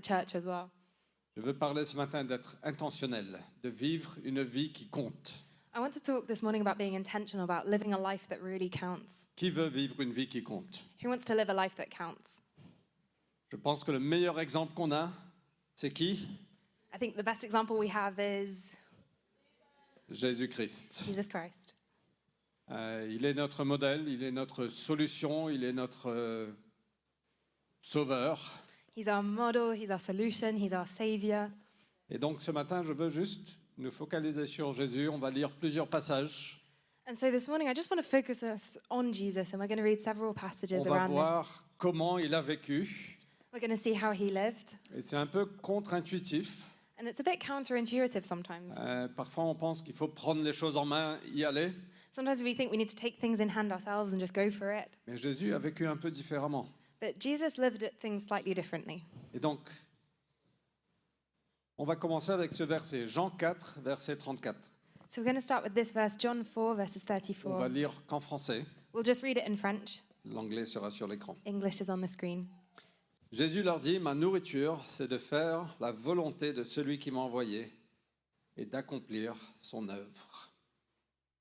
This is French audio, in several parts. church as well. Je veux parler ce matin d'être intentionnel, de vivre une vie qui compte. I want to talk this morning about being intentional, about living a life that really counts. Qui veut vivre une vie qui compte Who wants to live a life that counts? Je pense que le meilleur exemple qu'on a, c'est qui I think the best example we have is Jésus-Christ. Jesus Christ. Euh, il est notre modèle, il est notre solution, il est notre euh, sauveur. He's our model, he's our solution, he's our savior. Et donc ce matin, je veux juste nous focaliser sur Jésus. On va lire plusieurs passages. And so this morning, I just want to focus us on Jesus, and we're going to read several On passages va around this. voir comment il a vécu. We're going to see how he lived. Et c'est un peu contre-intuitif. And it's a bit counterintuitive sometimes. Euh, parfois, on pense qu'il faut prendre les choses en main, y aller. Sometimes we think we need to take things in hand ourselves and just go for it. Mais Jésus a vécu un peu différemment. But Jesus lived at things slightly differently. Et donc, on va commencer avec ce verset, Jean 4, verset 34. So we're going to start with this verse, John 4, verses On 34. va lire qu'en français, We'll just read it in French. l'anglais sera sur l'écran. English is on the screen. Jésus leur dit, ma nourriture, c'est de faire la volonté de celui qui m'a envoyé et d'accomplir son œuvre.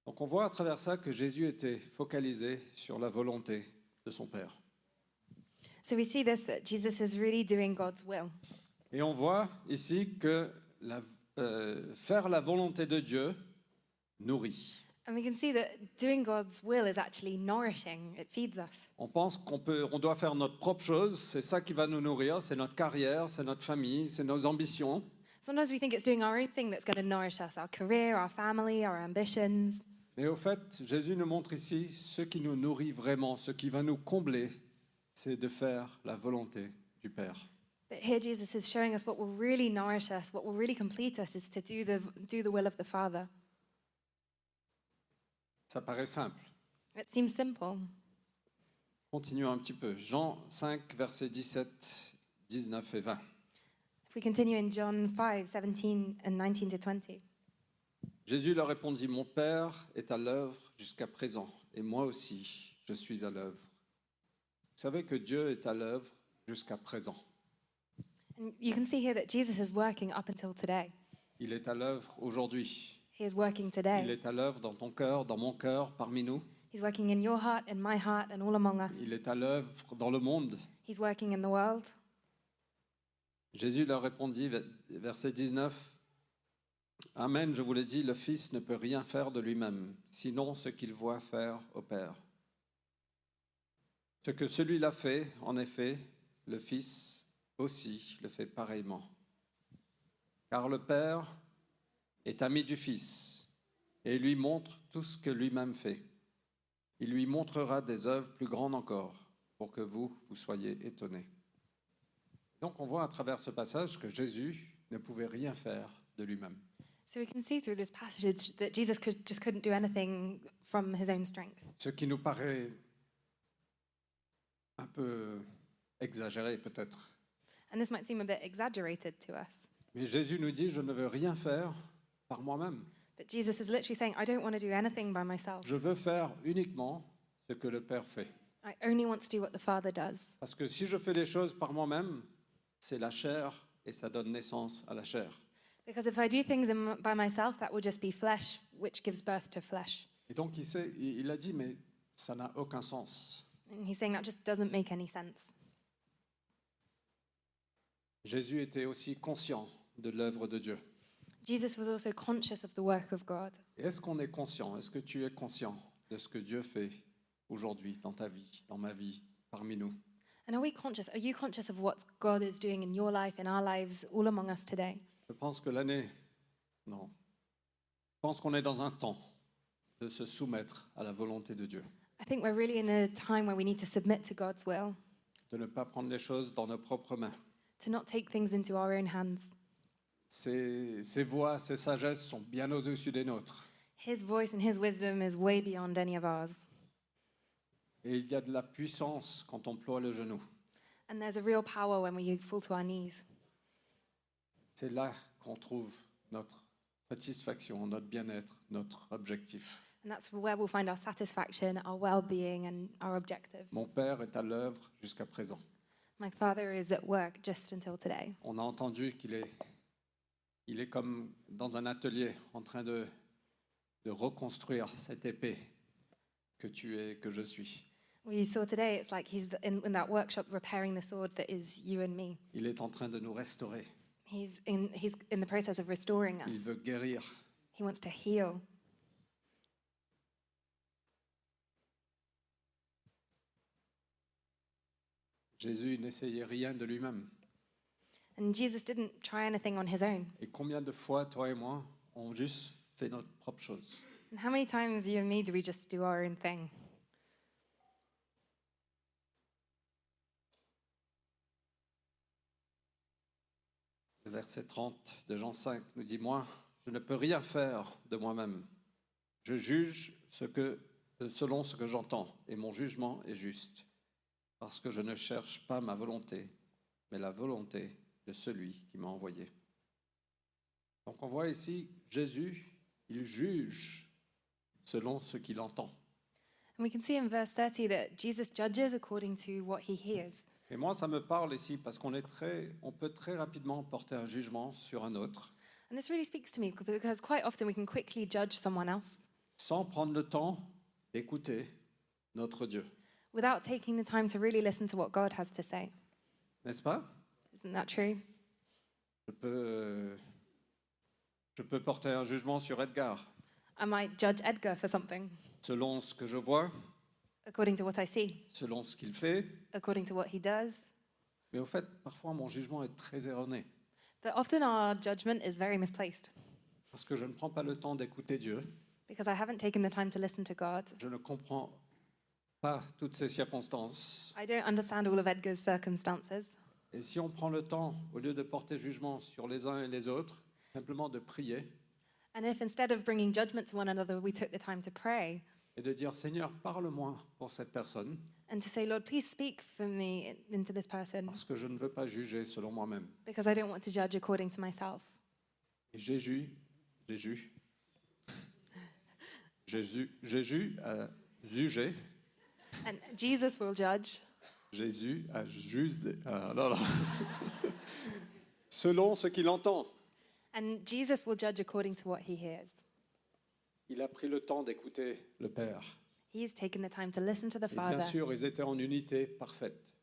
Donc on voit à travers ça que Jésus était focalisé sur la volonté de son Père. So we see this that Jesus is really doing God's will. Et on voit ici que la- euh, faire la volonté de Dieu nourrit. And we can see that doing God's will is actually nourishing, it feeds us. On pense qu'on peut, on doit faire notre propre chose, c'est ça qui va nous nourrir, c'est notre carrière, c'est notre famille, c'est nos ambitions. Sometimes we think it's doing our own thing that's going to nourish us our career, our family, our ambitions. Mais au fait, Jésus nous montre ici ce qui nous nourrit vraiment, ce qui va nous combler, c'est de faire la volonté du Père. But here Jesus is showing us what will really nourish us, what will really complete us, is to do the, do the will of the Father. Ça paraît simple. It seems simple. Continuons un petit peu. Jean 5, versets 17, 19 et 20. If we continue in John 5, 17 and 19 to 20. Jésus leur répondit, Mon Père est à l'œuvre jusqu'à présent, et moi aussi, je suis à l'œuvre. Vous savez que Dieu est à l'œuvre jusqu'à présent. And you can see here that Jesus is working up until today. Il est à l'œuvre aujourd'hui. He is working Il today. est à l'œuvre dans ton cœur, dans mon cœur, parmi nous. He's working in your heart, in my heart, and all among us. Il est à l'œuvre dans le monde. He's working in the world. Jésus leur répondit, ve- verset 19, Amen, je vous le dis, le Fils ne peut rien faire de lui-même, sinon ce qu'il voit faire au Père. Ce que celui-là fait, en effet, le Fils aussi le fait pareillement. Car le Père est ami du Fils et lui montre tout ce que lui-même fait. Il lui montrera des œuvres plus grandes encore pour que vous, vous soyez étonnés. Donc on voit à travers ce passage que Jésus ne pouvait rien faire de lui-même. So we can see through this passage that Jesus could, just couldn't do anything from his own strength. Ce qui nous paraît un peu exagéré peut-être. And this might seem a bit exaggerated to us. Mais Jésus nous dit, je ne veux rien faire par moi-même. But Jesus is literally saying, I don't want to do anything by myself. Je veux faire uniquement ce que le Père fait. I only want to do what the Father does. Parce que si je fais des choses par moi-même, c'est la chair et ça donne naissance à la chair. Because if I do things in, by myself, that will just be flesh, which gives birth to flesh. Et donc il, sait- il il a dit, mais ça n'a aucun sens. And he's saying that just doesn't make any sense. Jésus était aussi conscient de l'œuvre de Dieu. Jesus was also conscious of the work of God. Est-ce qu'on est conscient Est-ce que tu es conscient de ce que Dieu fait aujourd'hui dans ta vie, dans ma vie, parmi nous And are we conscious? Are you conscious of what God is doing in your life, in our lives, all among us today? Je pense que l'année, non. Je pense qu'on est dans un temps de se soumettre à la volonté de Dieu, I think we're really in a time where we need to submit to God's will, de ne pas prendre les choses dans nos propres mains. to not take things into our own hands. Ses, ses voix, ses sagesses sont bien au-dessus des nôtres. His voice and his wisdom is way beyond any of ours. Et il y a de la puissance quand on ploie le genou. And there's a real power when we fall to our knees. C'est là qu'on trouve notre satisfaction, notre bien-être, notre objectif. And that's where we'll find our satisfaction, our well being, and our objective. Mon Père est à l'œuvre jusqu'à présent. My father is at work just until today. On a entendu qu'il est, il est comme dans un atelier en train de, de reconstruire cette épée que tu es, que je suis. We saw today it's like he's th- in, in that workshop repairing the sword that is you and me. Il est en train de nous restaurer. He's in, he's in the process of restoring us. Il veut guérir. He wants to heal. Jésus n'essayait rien de lui-même. And Jesus didn't try anything on his own. Et combien de fois, toi et moi, on juste fait notre propre chose And how many times, you and me, do we just do our own thing? Le verset 30 de Jean 5 nous dit, moi, je ne peux rien faire de moi-même. Je juge ce que, euh, selon ce que j'entends, et mon jugement est juste, parce que je ne cherche pas ma volonté, mais la volonté de celui qui m'a envoyé. Donc on voit ici, Jésus, il juge selon ce qu'il entend. And we can see in verse 30 that Jesus judges according to what he hears. Et moi, ça me parle ici, parce qu'on est très, on peut très rapidement porter un jugement sur un autre, And this really speaks to me c- because quite often we can quickly judge someone else sans prendre le temps d'écouter notre Dieu. without taking the time to really listen to what God has to say. N'est-ce pas Isn't that true? je peux, euh, je peux porter un jugement sur Edgar, I might judge Edgar for something selon ce que je vois, according to what I see, selon ce qu'il fait, according to what he does. mais au fait, parfois, mon jugement est très erroné, But often our judgment is very misplaced parce que je ne prends pas le temps d'écouter Dieu, because I haven't taken the time to listen to God. je ne comprends pas toutes ces circonstances. I don't understand all of Edgar's circumstances. Et si on prend le temps, au lieu de porter jugement sur les uns et les autres, simplement de prier, And if instead of bringing judgment to one another, we took the time to pray et de dire Seigneur, parle-moi pour cette personne, and to say, Lord, please speak for me in- into this person parce que je ne veux pas juger selon moi-même. because I don't want to judge according to myself. Et Jésus, Jésus, Jésus, Jésus a jugé, And Jesus will judge Jésus a jugé, ah, là, là. selon ce qu'il entend. and Jesus will judge according to what he hears. Il a pris le temps d'écouter le Père. He's taken the time to listen to the Et bien Father. sûr, ils étaient en unité parfaite.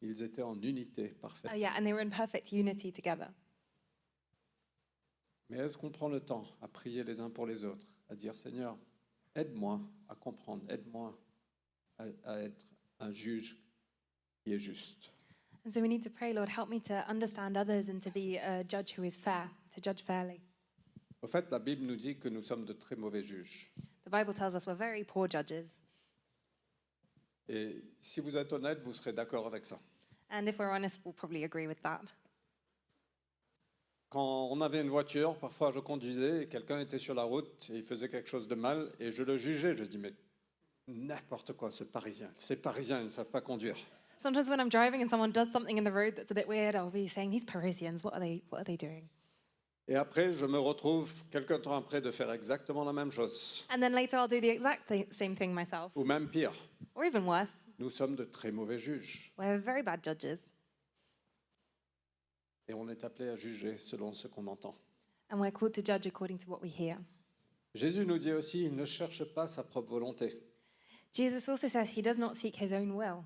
Ils étaient en unité parfaite. Oh, yeah, and they were in perfect unity together. Mais est-ce qu'on prend le temps à prier les uns pour les autres, à dire Seigneur, aide-moi à comprendre, aide-moi à, à être un juge qui est juste. And so we need to pray, Lord, help me to understand others and to be a judge who is fair, to judge fairly. Au fait, la Bible nous dit que nous sommes de très mauvais juges. The Bible tells us we're very poor judges. Et si vous êtes honnête, vous serez d'accord avec ça. And if we're honest, we'll probably agree with that. Quand on avait une voiture, parfois je conduisais et quelqu'un était sur la route et il faisait quelque chose de mal et je le jugeais. Je dis mais n'importe quoi, ce Parisien. Ces Parisiens ils ne savent pas conduire. Sometimes when I'm driving and someone does something in the road that's a bit weird, I'll be saying, "These Parisians, what are they? What are they doing?" Et après, je me retrouve quelques temps après de faire exactement la même chose, And then later I'll do the exact thi- same thing myself, ou même pire. or even worse. Nous sommes de très mauvais juges We're very bad judges, et on est appelé à juger selon ce qu'on entend. and we're called to judge according to what we hear. Jésus nous dit aussi, il ne cherche pas sa propre volonté. Jesus also says he does not seek his own will,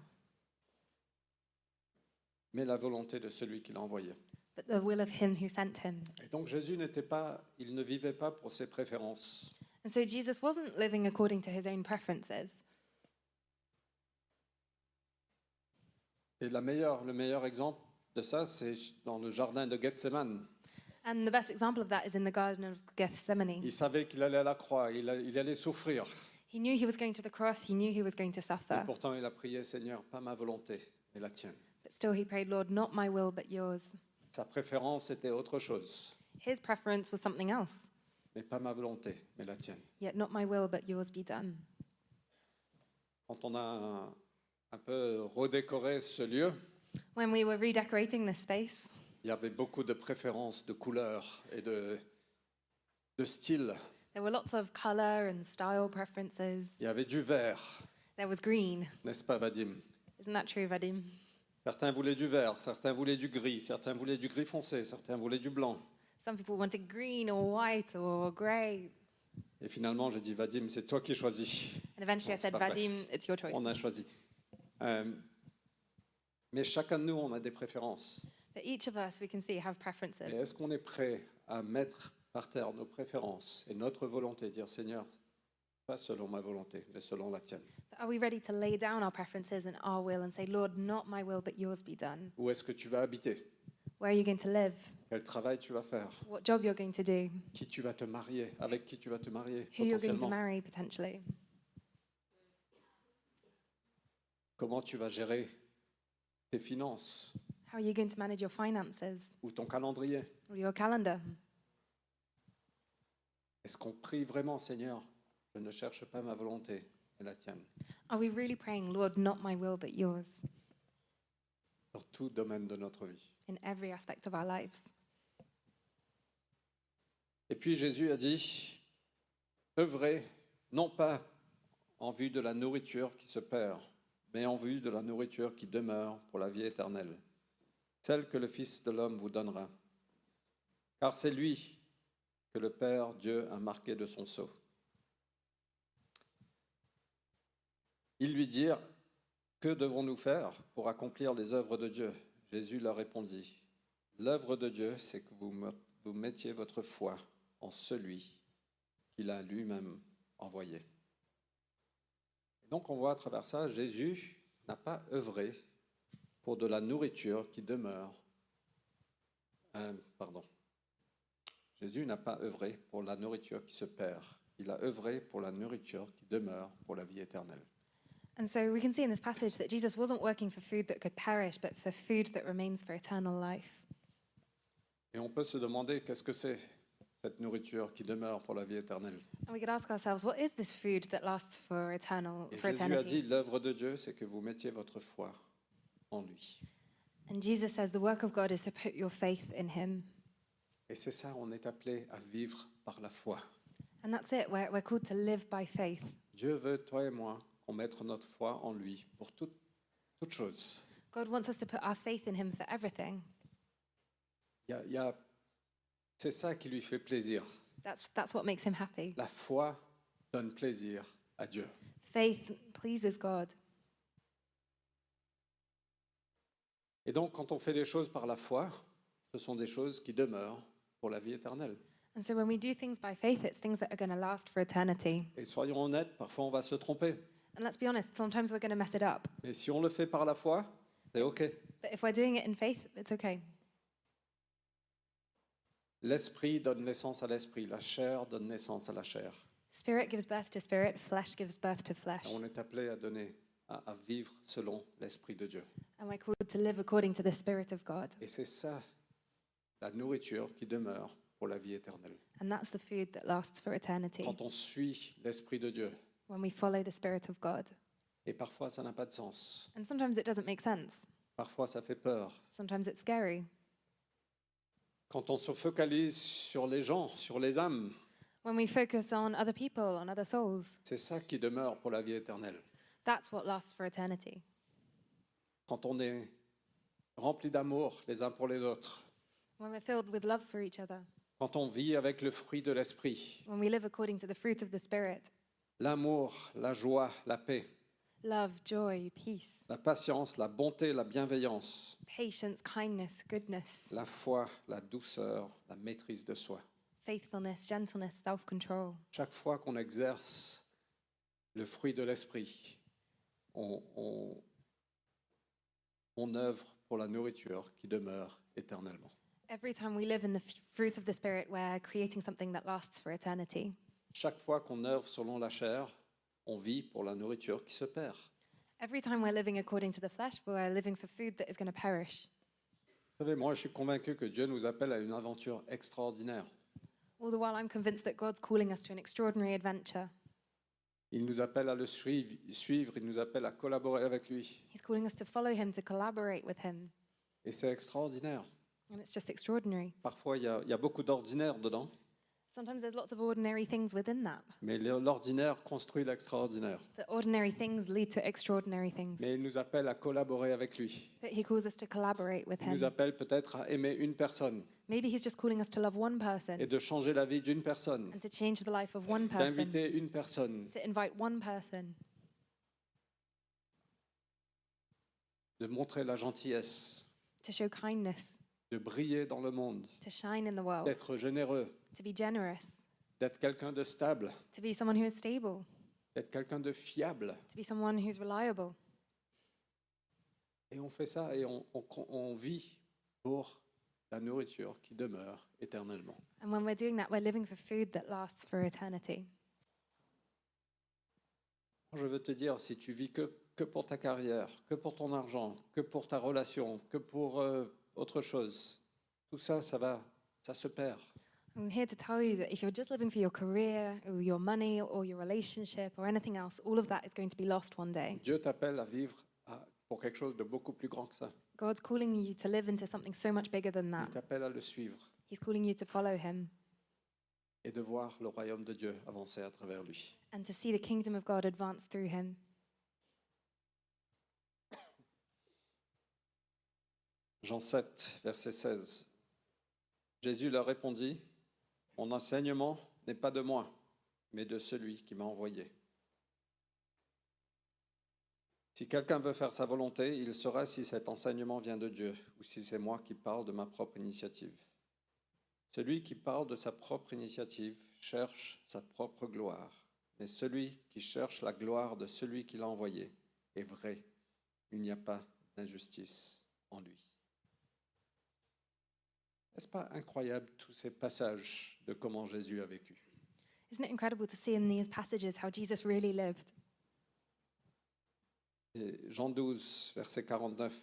mais la volonté de celui qui l'a envoyé. but the will of him who sent him. Et donc Jésus n'était pas, il ne vivait pas pour ses préférences. And so Jesus wasn't living according to his own preferences. Et la meilleure, le meilleur exemple de ça, c'est dans le jardin de Gethsemane. And the best example of that is in the Garden of Gethsemane. Il savait qu'il allait à la croix, il, a- il allait souffrir. He knew he was going to the cross, he knew he was going to Et suffer, pourtant, il a prié, Seigneur, pas ma volonté, mais la tienne. but still he prayed, Lord, not my will, but yours. Sa préférence était autre chose, His preference was something else. mais pas ma volonté, mais la tienne. Yet not my will, but yours be done. Quand on a un, un peu redécoré ce lieu, When we were redecorating this space, il y avait beaucoup de préférences, de couleurs et de, de styles. there were lots of color and style preferences. Il y avait du vert, There was green, n'est-ce pas, Vadim Isn't that true, Vadim? Certains voulaient du vert, certains voulaient du gris, certains voulaient du gris foncé, certains voulaient du blanc. Some people wanted green or white or grey. Et finalement, j'ai dit, Vadim, c'est toi qui choisis. And eventually I That's said, perfect. Vadim, it's your choice. On a choisi. Euh, mais chacun de nous, on a des préférences. But each of us, we can see, have Et preferences. est-ce qu'on est prêt à mettre par terre nos préférences et notre volonté, dire, Seigneur, pas selon ma volonté, mais selon la tienne But are we ready to lay down our preferences and our will and say, Lord, not my will, but yours be done? Où est-ce que tu vas habiter Where are you going to live? Quel travail tu vas faire What job you're going to do? Qui tu vas te marier Avec qui tu vas te marier Who you're going to potentiellement marry, potentially? Comment tu vas gérer tes finances How are you going to manage your finances ou ton calendrier or your calendar? Est-ce qu'on prie vraiment, Seigneur Je ne cherche pas ma volonté, mais la tienne. Are we really praying, Lord, not my will, but yours, Dans tout domaine de notre vie. in every aspect of our lives? Et puis Jésus a dit, œuvrez non pas en vue de la nourriture qui se perd, mais en vue de la nourriture qui demeure pour la vie éternelle, celle que le Fils de l'homme vous donnera. Car c'est lui que le Père Dieu a marqué de son sceau. Ils lui dirent, que devons-nous faire pour accomplir les œuvres de Dieu Jésus leur répondit, l'œuvre de Dieu, c'est que vous me vous mettiez votre foi en celui qu'il a lui-même envoyé. Et donc on voit à travers ça, Jésus n'a pas œuvré pour de la nourriture qui demeure. Euh, pardon. Jésus n'a pas œuvré pour la nourriture qui se perd. Il a œuvré pour la nourriture qui demeure pour la vie éternelle. And so we can see in this passage that Jesus wasn't working for food that could perish, but for food that remains for eternal life. Et on peut se demander qu'est-ce que c'est cette nourriture qui demeure pour la vie éternelle. And we could ask ourselves, what is this food that lasts for eternal Et for Jésus a dit, eternity? l'œuvre de Dieu, c'est que vous mettiez votre foi en lui. And Jesus says, the work of God is to put your faith in Him, Et c'est ça, on est appelé à vivre par la foi. and that's it. We're, we're called to live by faith. Dieu veut, toi et moi, qu'on mette notre foi en lui pour tout- toute chose. God wants us to put our faith in Him for everything. Il y a- il y a- c'est ça qui lui fait plaisir. That's that's what makes Him happy. La foi donne plaisir à Dieu. Faith pleases God. Et donc, quand on fait des choses par la foi, ce sont des choses qui demeurent pour la vie éternelle. And so when we do things by faith, it's things that are going to last for eternity. Et soyons honnêtes, parfois on va se tromper. And let's be honest, sometimes we're going to mess it up. Mais si on le fait par la foi, c'est OK. But if we're doing it in faith, it's okay. L'esprit donne naissance à l'esprit, la chair donne naissance à la chair. Spirit gives birth to spirit, flesh gives birth to flesh. Et Ah, On est appelé à donner, à- à vivre selon l'esprit de Dieu. And we're called to live according to the Spirit of God. Et c'est ça, la nourriture qui demeure pour la vie éternelle. And that's the food that lasts for eternity Quand on suit l'Esprit de Dieu, when we follow the Spirit of God. et parfois ça n'a pas de sens, And sometimes it doesn't make sense, parfois ça fait peur. sometimes it's scary. Quand on se focalise sur les gens, sur les âmes, When we focus on other people, on other souls, c'est ça qui demeure pour la vie éternelle. that's what lasts for eternity. Quand on est rempli d'amour les uns pour les autres, When we're filled with love for each other, quand on vit avec le fruit de l'Esprit, when we live according to the fruit of the Spirit l'amour, la joie, la paix, love, joy, peace, la patience, la bonté, la bienveillance, patience, kindness, goodness, la foi, la douceur, la maîtrise de soi. faithfulness, gentleness, self control. Chaque fois qu'on exerce le fruit de l'esprit, on, on- on œuvre pour la nourriture qui demeure éternellement. Every time we live in the f- fruit of the Spirit, we're creating something that lasts for eternity. Chaque fois qu'on œuvre selon la chair, on vit pour la nourriture qui se perd. Every time we're living according to the flesh, we're living for food that is going to perish. Vous savez, moi, je suis convaincu que Dieu nous appelle à une aventure extraordinaire. All the while, I'm convinced that God's calling us to an extraordinary adventure. Il nous appelle à le suivre, suivre, il nous appelle à collaborer avec lui. He's calling us to follow Him, to collaborate with Him. Et c'est extraordinaire. And it's just extraordinary. Parfois, il y a- il y a beaucoup d'ordinaire dedans. Sometimes there's lots of ordinary things within that, Mais l'ordinaire construit l'extraordinaire. but ordinary things lead to extraordinary things. Mais il nous appelle à collaborer avec lui. But he calls us to collaborate with Il nous him. appelle peut-être à aimer une personne Maybe he's just calling us to love one et person de changer la vie d'une personne, and to change the life of one person, d'inviter une personne, to invite one person, de montrer la gentillesse, to show kindness, de briller dans le monde, to shine in the world, d'être généreux, to be generous, d'être quelqu'un de stable, to be someone who is stable, d'être quelqu'un de fiable. to be someone who's reliable. Et on fait ça et on, on- on vit pour la nourriture qui demeure éternellement. And when we're doing that, we're living for food that lasts for eternity. Je veux te dire, si tu vis que, que pour ta carrière, que pour ton argent, que pour ta relation, que pour euh, autre chose, tout ça, ça va, ça se perd. I'm here to tell you that if you're just living for your career or your money or your relationship or anything else, all of that is going to be lost one day. Dieu t'appelle à vivre à- pour quelque chose de beaucoup plus grand que ça. God's calling you to live into something so much bigger than that. Il t'appelle à le suivre He's calling you to follow him et de voir le royaume de Dieu avancer à travers lui. and to see the kingdom of God advance through him. Jean 7, verset 16. Jésus leur répondit, Mon enseignement n'est pas de moi, mais de celui qui m'a envoyé. Si quelqu'un veut faire sa volonté, il saura si cet enseignement vient de Dieu ou si c'est moi qui parle de ma propre initiative. Celui qui parle de sa propre initiative cherche sa propre gloire, mais celui qui cherche la gloire de celui qui l'a envoyé est vrai. Il n'y a pas d'injustice en lui. N'est-ce pas incroyable tous ces passages de comment Jésus a vécu Isn't it incredible to see in these passages how Jesus really lived? Et Jean 12, verset 49.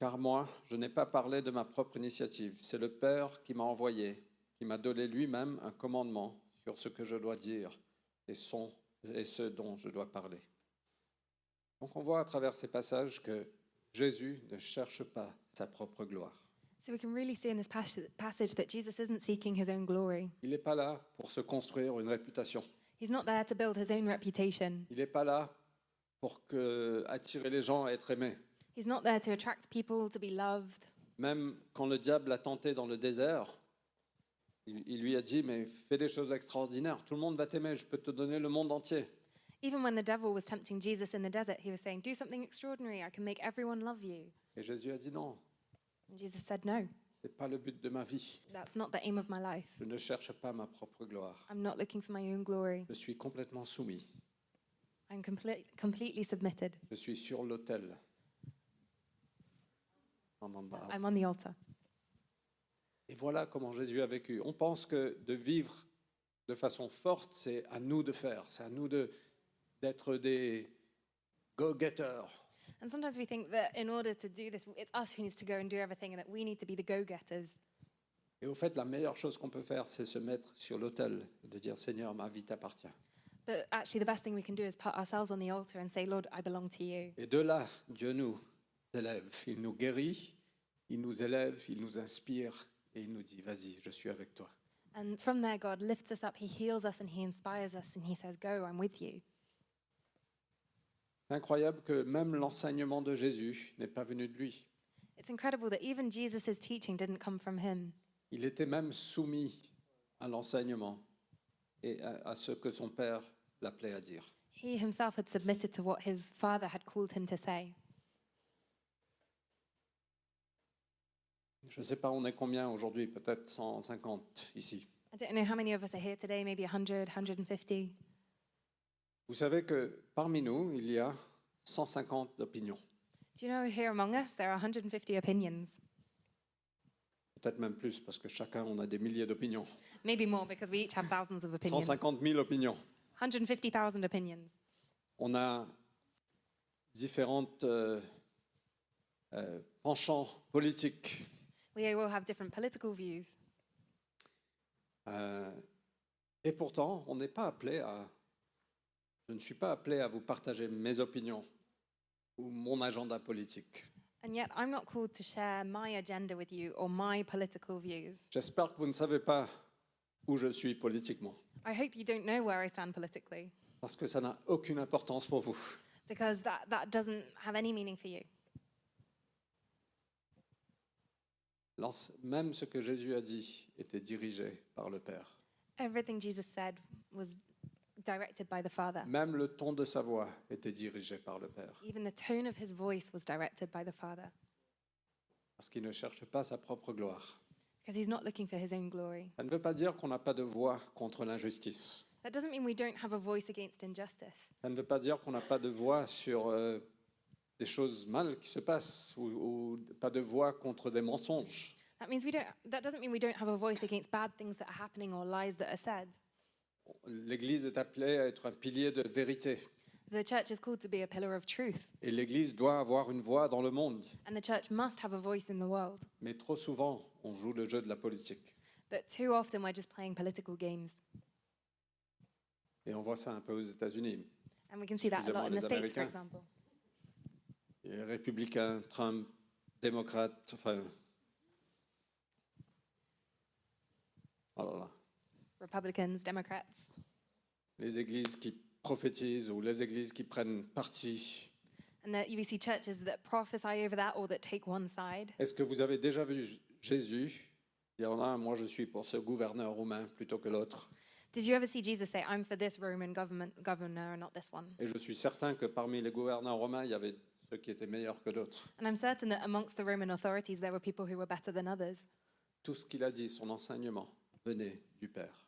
Car moi, je n'ai pas parlé de ma propre initiative, c'est le Père qui m'a envoyé, qui m'a donné lui-même un commandement sur ce que je dois dire et, son- et ce dont je dois parler. Donc on voit à travers ces passages que Jésus ne cherche pas sa propre gloire. So we can really see in this pas- passage that Jesus isn't seeking his own glory. Il n'est pas là pour se construire une réputation. He's not there to build his own reputation. Il n'est pas là pour que- attirer les gens à être aimés. He's not there to attract people, to be loved. Même quand le diable l'a tenté dans le désert, il, il lui a dit, mais fais des choses extraordinaires, tout le monde va t'aimer, je peux te donner le monde entier. Even when the devil was tempting Jesus in the desert, he was saying, Do something extraordinary. I can make everyone love you. Et Jésus a dit, non, And Jesus said, No, ce n'est pas le but de ma vie. that's not the aim of my life. Je ne cherche pas ma propre gloire. I'm not looking for my own glory. Je suis complètement soumis. I'm comple- completely submitted. Je suis sur l'autel. En en bas. I'm on the altar. Et voilà comment Jésus a vécu. On pense que de vivre de façon forte, c'est à nous de faire, c'est à nous de- d'être des go-getters. And sometimes we think that in order to do this, it's us who needs to go and do everything and that we need to be the go getters. Et au fait, la meilleure chose qu'on peut faire, c'est se mettre sur l'autel et de dire Seigneur, ma vie t'appartient. But actually, the best thing we can do is put ourselves on the altar and say, Lord, I belong to you. Et de là, Dieu nous élève. Il nous guérit, il nous élève, il nous inspire et il nous dit Vas-y, je suis avec toi. And from there, God lifts us up, He heals us, and He inspires us, and He says, Go, I'm with you. C'est incroyable que même l'enseignement de Jésus n'est pas venu de lui. It's incredible that even Jesus' teaching didn't come from Him. Il était même soumis à l'enseignement et à, à ce que son père l'appelait à dire. He himself had submitted to what his father had called him to say. Je ne sais pas, on est combien aujourd'hui Peut-être 150 ici. I don't know how many of us are here today, maybe 100, 150. Vous savez que parmi nous, il y a 150 opinions, Do you know here among us, there are 150 opinions, peut-être même plus, parce que chacun, on a des milliers d'opinions. maybe more because we each have thousands of opinions. 150 000 opinions. 150,000 opinions. On a différentes euh, euh, penchants politiques. We all have different political views, Euh, et pourtant, on n'est pas appelé à. Je ne suis pas appelé à vous partager mes opinions ou mon agenda politique. And yet, I'm not called to share my agenda with you or my political views. J'espère que vous ne savez pas où je suis politiquement, I hope you don't know where I stand politically, parce que ça n'a aucune importance pour vous. because that, that doesn't have any meaning for you. L'ense- Même ce que Jésus a dit était dirigé par le Père. Everything Jesus said was directed by the Father. Même le ton de sa voix était dirigé par le Père, Even the tone of his voice was directed by the Father, parce qu'il ne cherche pas sa propre gloire. because he's not looking for his own glory. Ça ne veut pas dire qu'on n'a pas de voix contre l'injustice. That doesn't mean we don't have a voice against injustice. Ça ne veut pas dire qu'on n'a pas de voix sur euh, des choses mal qui se passent ou, ou pas de voix contre des mensonges. That means we don't that doesn't mean we don't have a voice against bad things that are happening or lies that are said. L'Église est appelée à être un pilier de vérité The church is called to be a pillar of truth, et l'Église doit avoir une voix dans le monde. and the church must have a voice in the world. Mais trop souvent, on joue le jeu de la politique But too often we're just playing political games. et on voit ça un peu aux États-Unis. And we can see that a lot in the States, for example. Les républicains, Trump, démocrates, enfin. Oh là là. Republicans, Democrats, Les églises qui prophétisent ou les églises qui prennent parti. and that we see churches that prophesy over that or that take one side. Est-ce que vous avez déjà vu J- Jésus dire là, moi je suis pour ce gouverneur romain plutôt que l'autre Did you ever see Jesus say, "I'm for this Roman government governor and not this one"? Et je suis certain que parmi les gouverneurs romains, il y avait ceux qui étaient meilleurs que d'autres. And I'm certain that amongst the Roman authorities there were people who were better than others. Tout ce qu'il a dit, son enseignement, venait du Père.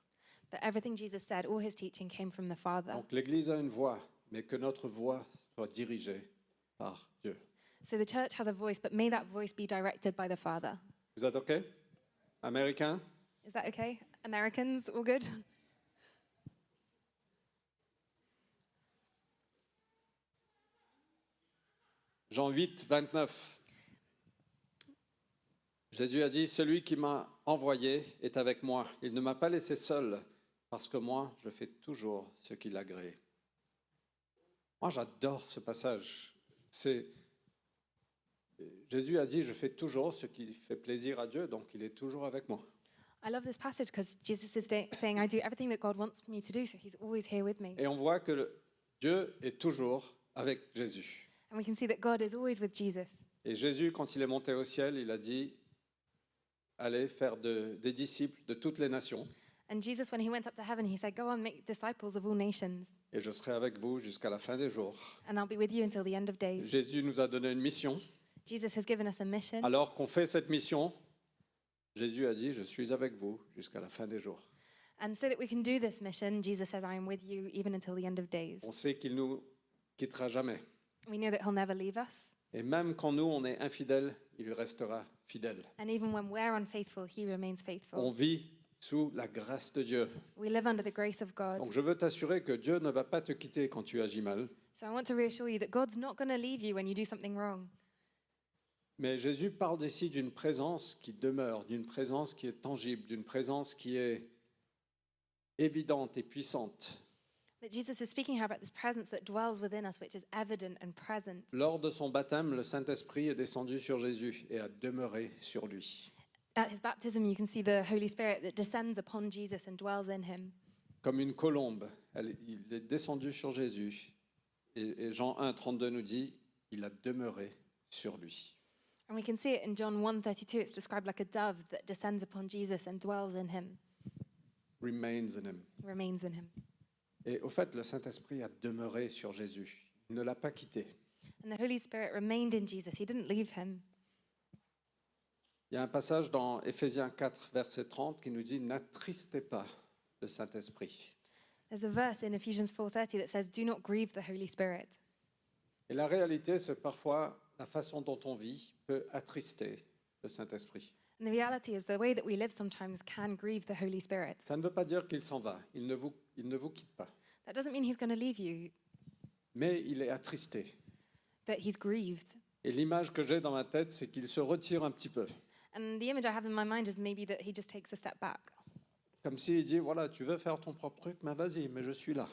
But everything Jesus said, all his teaching came from the Father. Donc l'Église a une voix, mais que notre voix soit dirigée par Dieu. So the church has a voice, but may that voice be directed by the Father. Vous êtes OK Américains Is that okay? Americans, all good? Jean 8, 29. Jésus a dit, Celui qui m'a envoyé est avec moi. Il ne m'a pas laissé seul, parce que moi, je fais toujours ce qu'il agrée. Moi, j'adore ce passage. C'est Jésus a dit, je fais toujours ce qui fait plaisir à Dieu, donc il est toujours avec moi. I love this passage because Jesus is da- saying, I do everything that God wants me to do, so he's always here with me. Et on voit que le- Dieu est toujours avec Jésus. And we can see that God is always with Jesus. Et Jésus, quand il est monté au ciel, il a dit, allez faire de- des disciples de toutes les nations. And Jesus, when he went up to heaven, he said, Go on, make disciples of all nations, et je serai avec vous jusqu'à la fin des jours. and I'll be with you until the end of days. Jésus nous a donné une mission. Jesus has given us a mission. Alors qu'on fait cette mission, Jésus a dit, je suis avec vous jusqu'à la fin des jours. And so that we can do this mission, Jesus says, I am with you even until the end of days. On sait qu'il nous quittera jamais. We know that he'll never leave us. Et même quand nous, on est infidèles, il restera fidèle. And even when we're unfaithful, he remains On faithful. vit sous la grâce de Dieu. We live under the grace of God. Donc je veux t'assurer que Dieu ne va pas te quitter quand tu agis mal. So I want to reassure you that God's not going to leave you when you do something wrong. Mais Jésus parle ici d'une présence qui demeure, d'une présence qui est tangible, d'une présence qui est évidente et puissante. But Jesus is speaking here about this presence that dwells within us, which is evident and present. Lors de son baptême, le Saint-Esprit est descendu sur Jésus et a demeuré sur lui, At his baptism, you can see the Holy Spirit that descends upon Jesus and dwells in him. comme une colombe. elle- il est descendu sur Jésus. Et, et Jean 1, 32 nous dit, il a demeuré sur lui. And we can see it in John 1:32. It's described like a dove that descends upon Jesus and dwells in him, Remains in him. remains in him. Et au fait, le Saint-Esprit a demeuré sur Jésus. Il ne l'a pas quitté. And the Holy Spirit remained in Jesus. He didn't leave him. Il y a un passage dans Éphésiens 4, verset 30 qui nous dit, n'attristez pas le Saint-Esprit. There's a verse in Ephesians 4:30 that says, "Do not grieve the Holy Spirit." Et la réalité, c'est parfois la façon dont on vit peut attrister le Saint-Esprit. And the reality is the way that we live sometimes can grieve the Holy Spirit. Ça ne veut pas dire qu'il s'en va, il ne, vous, il ne vous quitte pas, That doesn't mean he's going to leave you, mais il est attristé. but he's grieved. Et l'image que j'ai dans ma tête, c'est qu'il se retire un petit peu, And the image I have in my mind is maybe that he just takes a step back. comme s'il dit, voilà, tu veux faire ton propre truc, mais ben vas-y, mais je suis là.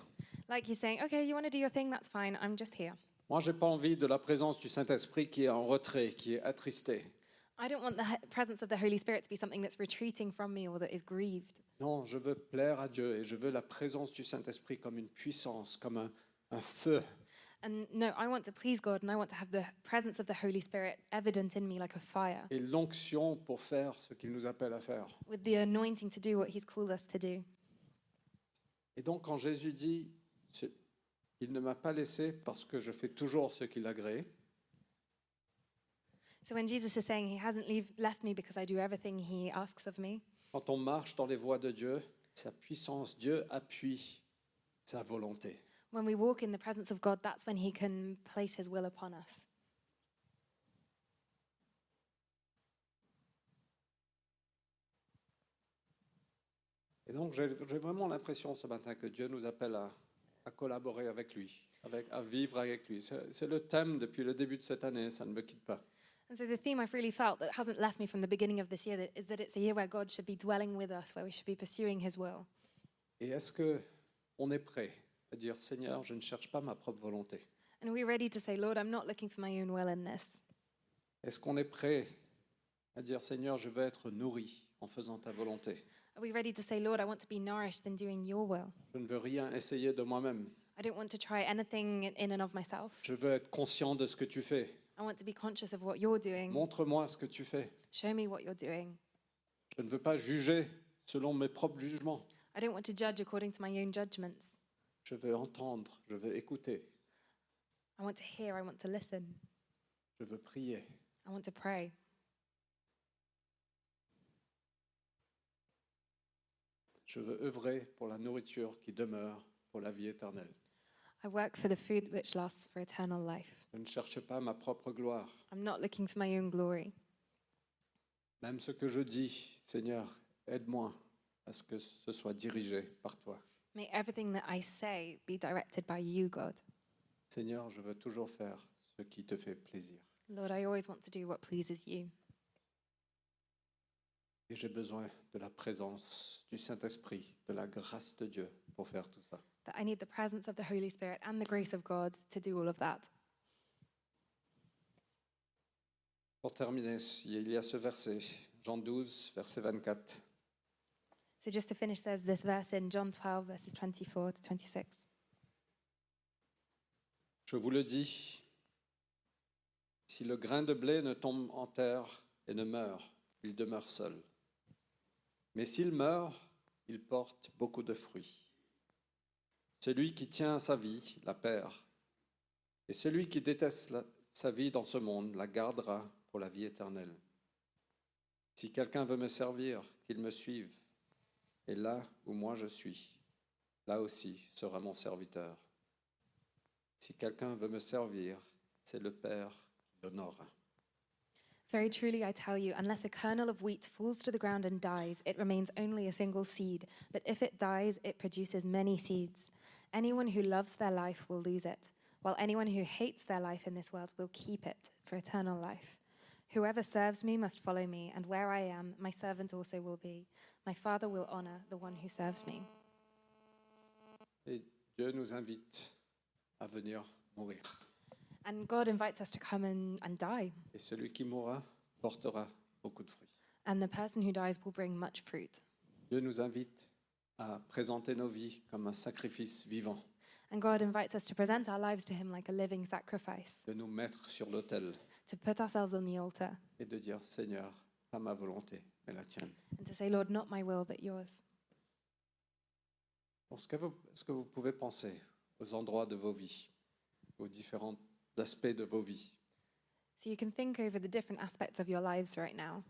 Like he's saying, okay, you want to do your thing, that's fine, I'm just here. Moi, je n'ai pas envie de la présence du Saint-Esprit qui est en retrait, qui est attristé. I don't want the he- presence of the Holy Spirit to be something that's retreating from me or that is grieved. Non, je veux plaire à Dieu et je veux la présence du Saint-Esprit comme une puissance, comme un, un feu. And no, I want to please God and I want to have the presence of the Holy Spirit evident in me like a fire, et l'onction pour faire ce qu'il nous appelle à faire. with the anointing to do what He's called us to do. Et donc quand Jésus dit, C'est- il ne m'a pas laissé parce que je fais toujours ce qu'il agrée, So when Jesus is saying He hasn't leave, left me because I do everything He asks of me, quand on marche dans les voies de Dieu, sa puissance, Dieu appuie sa volonté. when we walk in the presence of God, that's when He can place His will upon us. Et donc j'ai j'ai vraiment l'impression ce matin que Dieu nous appelle à, à collaborer avec lui, avec, à vivre avec lui. C'est c'est le thème depuis le début de cette année, ça ne me quitte pas. And so the theme I've really felt that hasn't left me from the beginning of this year that, is that it's a year where God should be dwelling with us, where we should be pursuing His will. Et est-ce que on est prêt à dire Seigneur, je ne cherche pas ma propre volonté And are we ready to say, Lord, I'm not looking for my own will in this? Est-ce qu'on est prêt à dire Seigneur, je veux être nourri en faisant ta volonté Are we ready to say, Lord, I want to be nourished in doing your will? Je ne veux rien essayer de moi-même. I don't want to try anything in- in and of myself. Je veux être conscient de ce que tu fais. I want to be conscious of what you're doing. Montre-moi ce que tu fais. Show me what you're doing. Je ne veux pas juger selon mes propres jugements. I don't want to judge according to my own judgments. Je veux entendre, je veux écouter, I want to hear, I want to listen, je veux prier. I want to pray. Je veux œuvrer pour la nourriture qui demeure pour la vie éternelle. I work for the food which lasts for eternal life. Je ne cherche pas ma propre gloire. I'm not looking for my own glory. Même ce que je dis, Seigneur, aide-moi à ce que ce soit dirigé par toi. May everything that I say be directed by you, God. Seigneur, je veux toujours faire ce qui te fait plaisir. Lord, I always want to do what pleases you. Et j'ai besoin de la présence du Saint-Esprit, de la grâce de Dieu pour faire tout ça. But I need the presence of the Holy Spirit and the grace of God to do all of that. Pour terminer, il y a ce verset, Jean 12, verset 24. So just to finish, there's this verse in John 12, verses 24 to 26. Je vous le dis, si le grain de blé ne tombe en terre et ne meurt, il demeure seul. Mais s'il meurt, il porte beaucoup de fruits. Celui qui tient à sa vie la perd, et celui qui déteste la- sa vie dans ce monde la gardera pour la vie éternelle. Si quelqu'un veut me servir, qu'il me suive, et là où moi je suis, là aussi sera mon serviteur. Si quelqu'un veut me servir, c'est le Père qui l'honore. Very truly, I tell you, unless a kernel of wheat falls to the ground and dies, it remains only a single seed. But if it dies, it produces many seeds. Anyone who loves their life will lose it, while anyone who hates their life in this world will keep it for eternal life. Whoever serves me must follow me, and where I am, my servant also will be. My Father will honor the one who serves me. Et Dieu nous invite à venir mourir. And God invites us to come and, and die, Et celui qui mourra portera beaucoup de fruits. and the person who dies will bring much fruit. Dieu nous invite à présenter nos vies comme un sacrifice vivant, And God invites us to present our lives to Him like a living sacrifice. de nous mettre sur l'autel to put ourselves on the altar et de dire Seigneur, pas ma volonté, mais la tienne. and to say, Lord, not my will, but yours. Est-ce que, vous, est-ce que vous pouvez penser aux endroits de vos vies, aux différents aspects de vos vies, So you can think over the different aspects of your lives right now,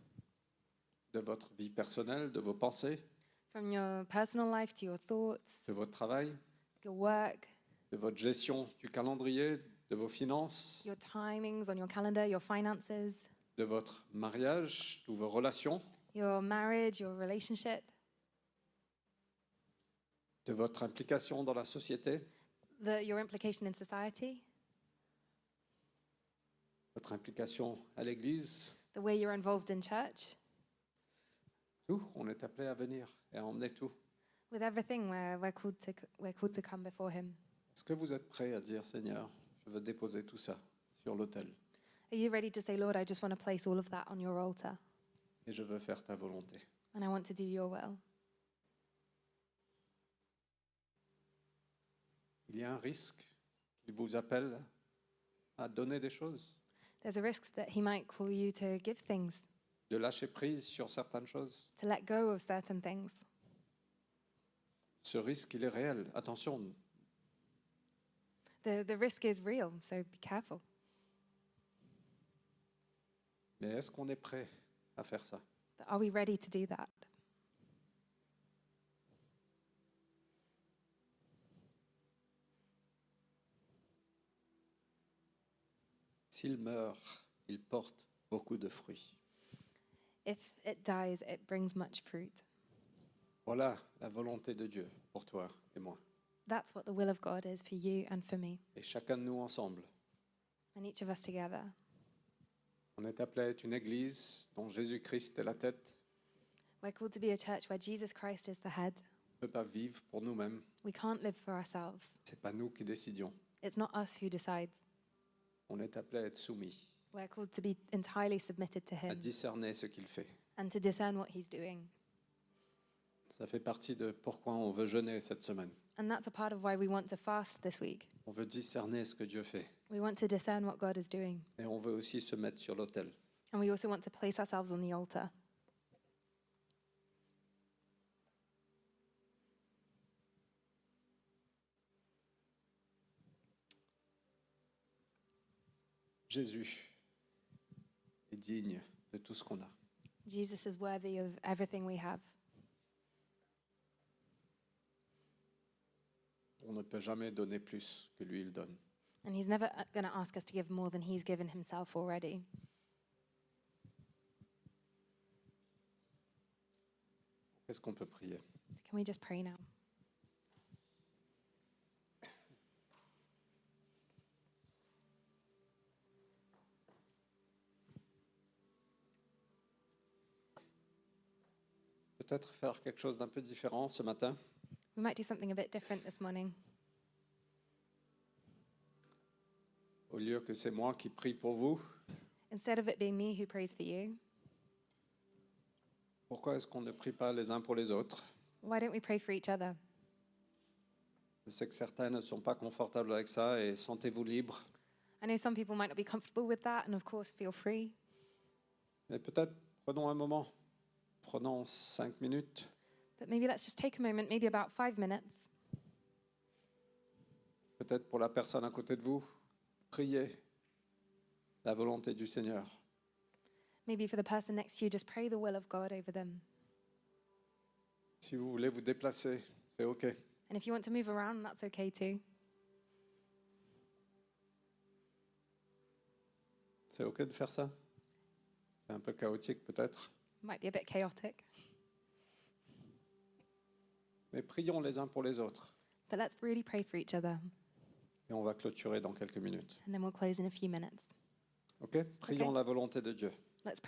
de votre vie personnelle, de vos pensées, from your personal life to your thoughts, de votre travail, your work, de votre gestion du calendrier, de vos finances, your timings on your calendar, your finances, de votre mariage, de vos relations, your marriage, your relationship, de votre implication dans la société, the, your implication in society, votre implication à l'église. the way you're involved in church. Tout, on est appelé à venir et à emmener tout. With everything, we're, we're, called to, c- we're called to come before Him. Est-ce que vous êtes prêt à dire, Seigneur, je Je veux déposer tout ça sur l'autel Are you ready to say, Lord, I just want to place all of that on your altar et je veux faire ta volonté. and I want to do your will? Il y a un risque qu'il vous appelle à donner des choses, There's a risk that He might call you to give things, de lâcher prise sur certaines choses. to let go of certain things. Ce risque, il est réel. Attention, The, the risk is real, so be careful. mais est-ce qu'on est prêt à faire ça But are we ready to do that? S'il meurt, il porte beaucoup de fruits. If it dies, it brings much fruit. Voilà la volonté de Dieu pour toi et moi. That's what the will of God is for you and for me, Et chacun de nous ensemble. and each of us together. On est appelé à être une église dont Jésus-Christ est la tête. We're called to be a church where Jesus Christ is the head. On ne peut pas vivre pour nous-mêmes. We can't live for ourselves. Ce n'est pas nous qui décidions. It's not us who decides. On est appelé à être soumis, We're called to be entirely submitted to à Him discerner ce qu'il fait. and to discern what He's doing. Ça fait partie de pourquoi on veut jeûner cette semaine. And that's a part of why we want to fast this week. On veut discerner ce que Dieu fait. We want to discern what God is doing, Et on veut aussi se mettre sur l'autel. and we also want to place ourselves on the altar. Jésus est digne de tout ce qu'on a. Jesus is worthy of everything we have. On ne peut jamais donner plus que lui, il donne. And he's never going to ask us to give more than he's given himself already. Qu'est-ce qu'on peut prier So can we just pray now? Peut-être faire quelque chose d'un peu différent ce matin. We might do something a bit different this morning. Au lieu que c'est moi qui prie pour vous, Instead of it being me who prays for you, pourquoi est-ce qu'on ne prie pas les uns pour les autres why don't we pray for each other? Je sais que certains ne sont pas confortables avec ça et sentez-vous libre. I know some people might not be comfortable with that, and of course, feel free. Mais peut-être prenons un moment, prenons cinq minutes But maybe let's just take a moment, maybe about five minutes, peut-être pour la personne à côté de vous, priez la volonté du Seigneur. maybe for the person next to you, just pray the will of God over them. Si vous voulez vous déplacer, c'est OK. And if you want to move around, that's okay too. C'est OK de faire ça C'est un peu chaotique peut-être. Might be a bit chaotic, Mais prions les uns pour les autres. but let's really pray for each other. Et on va clôturer dans quelques minutes. And then we'll close in a few minutes. OK Prions OK. la volonté de Dieu. Let's pray.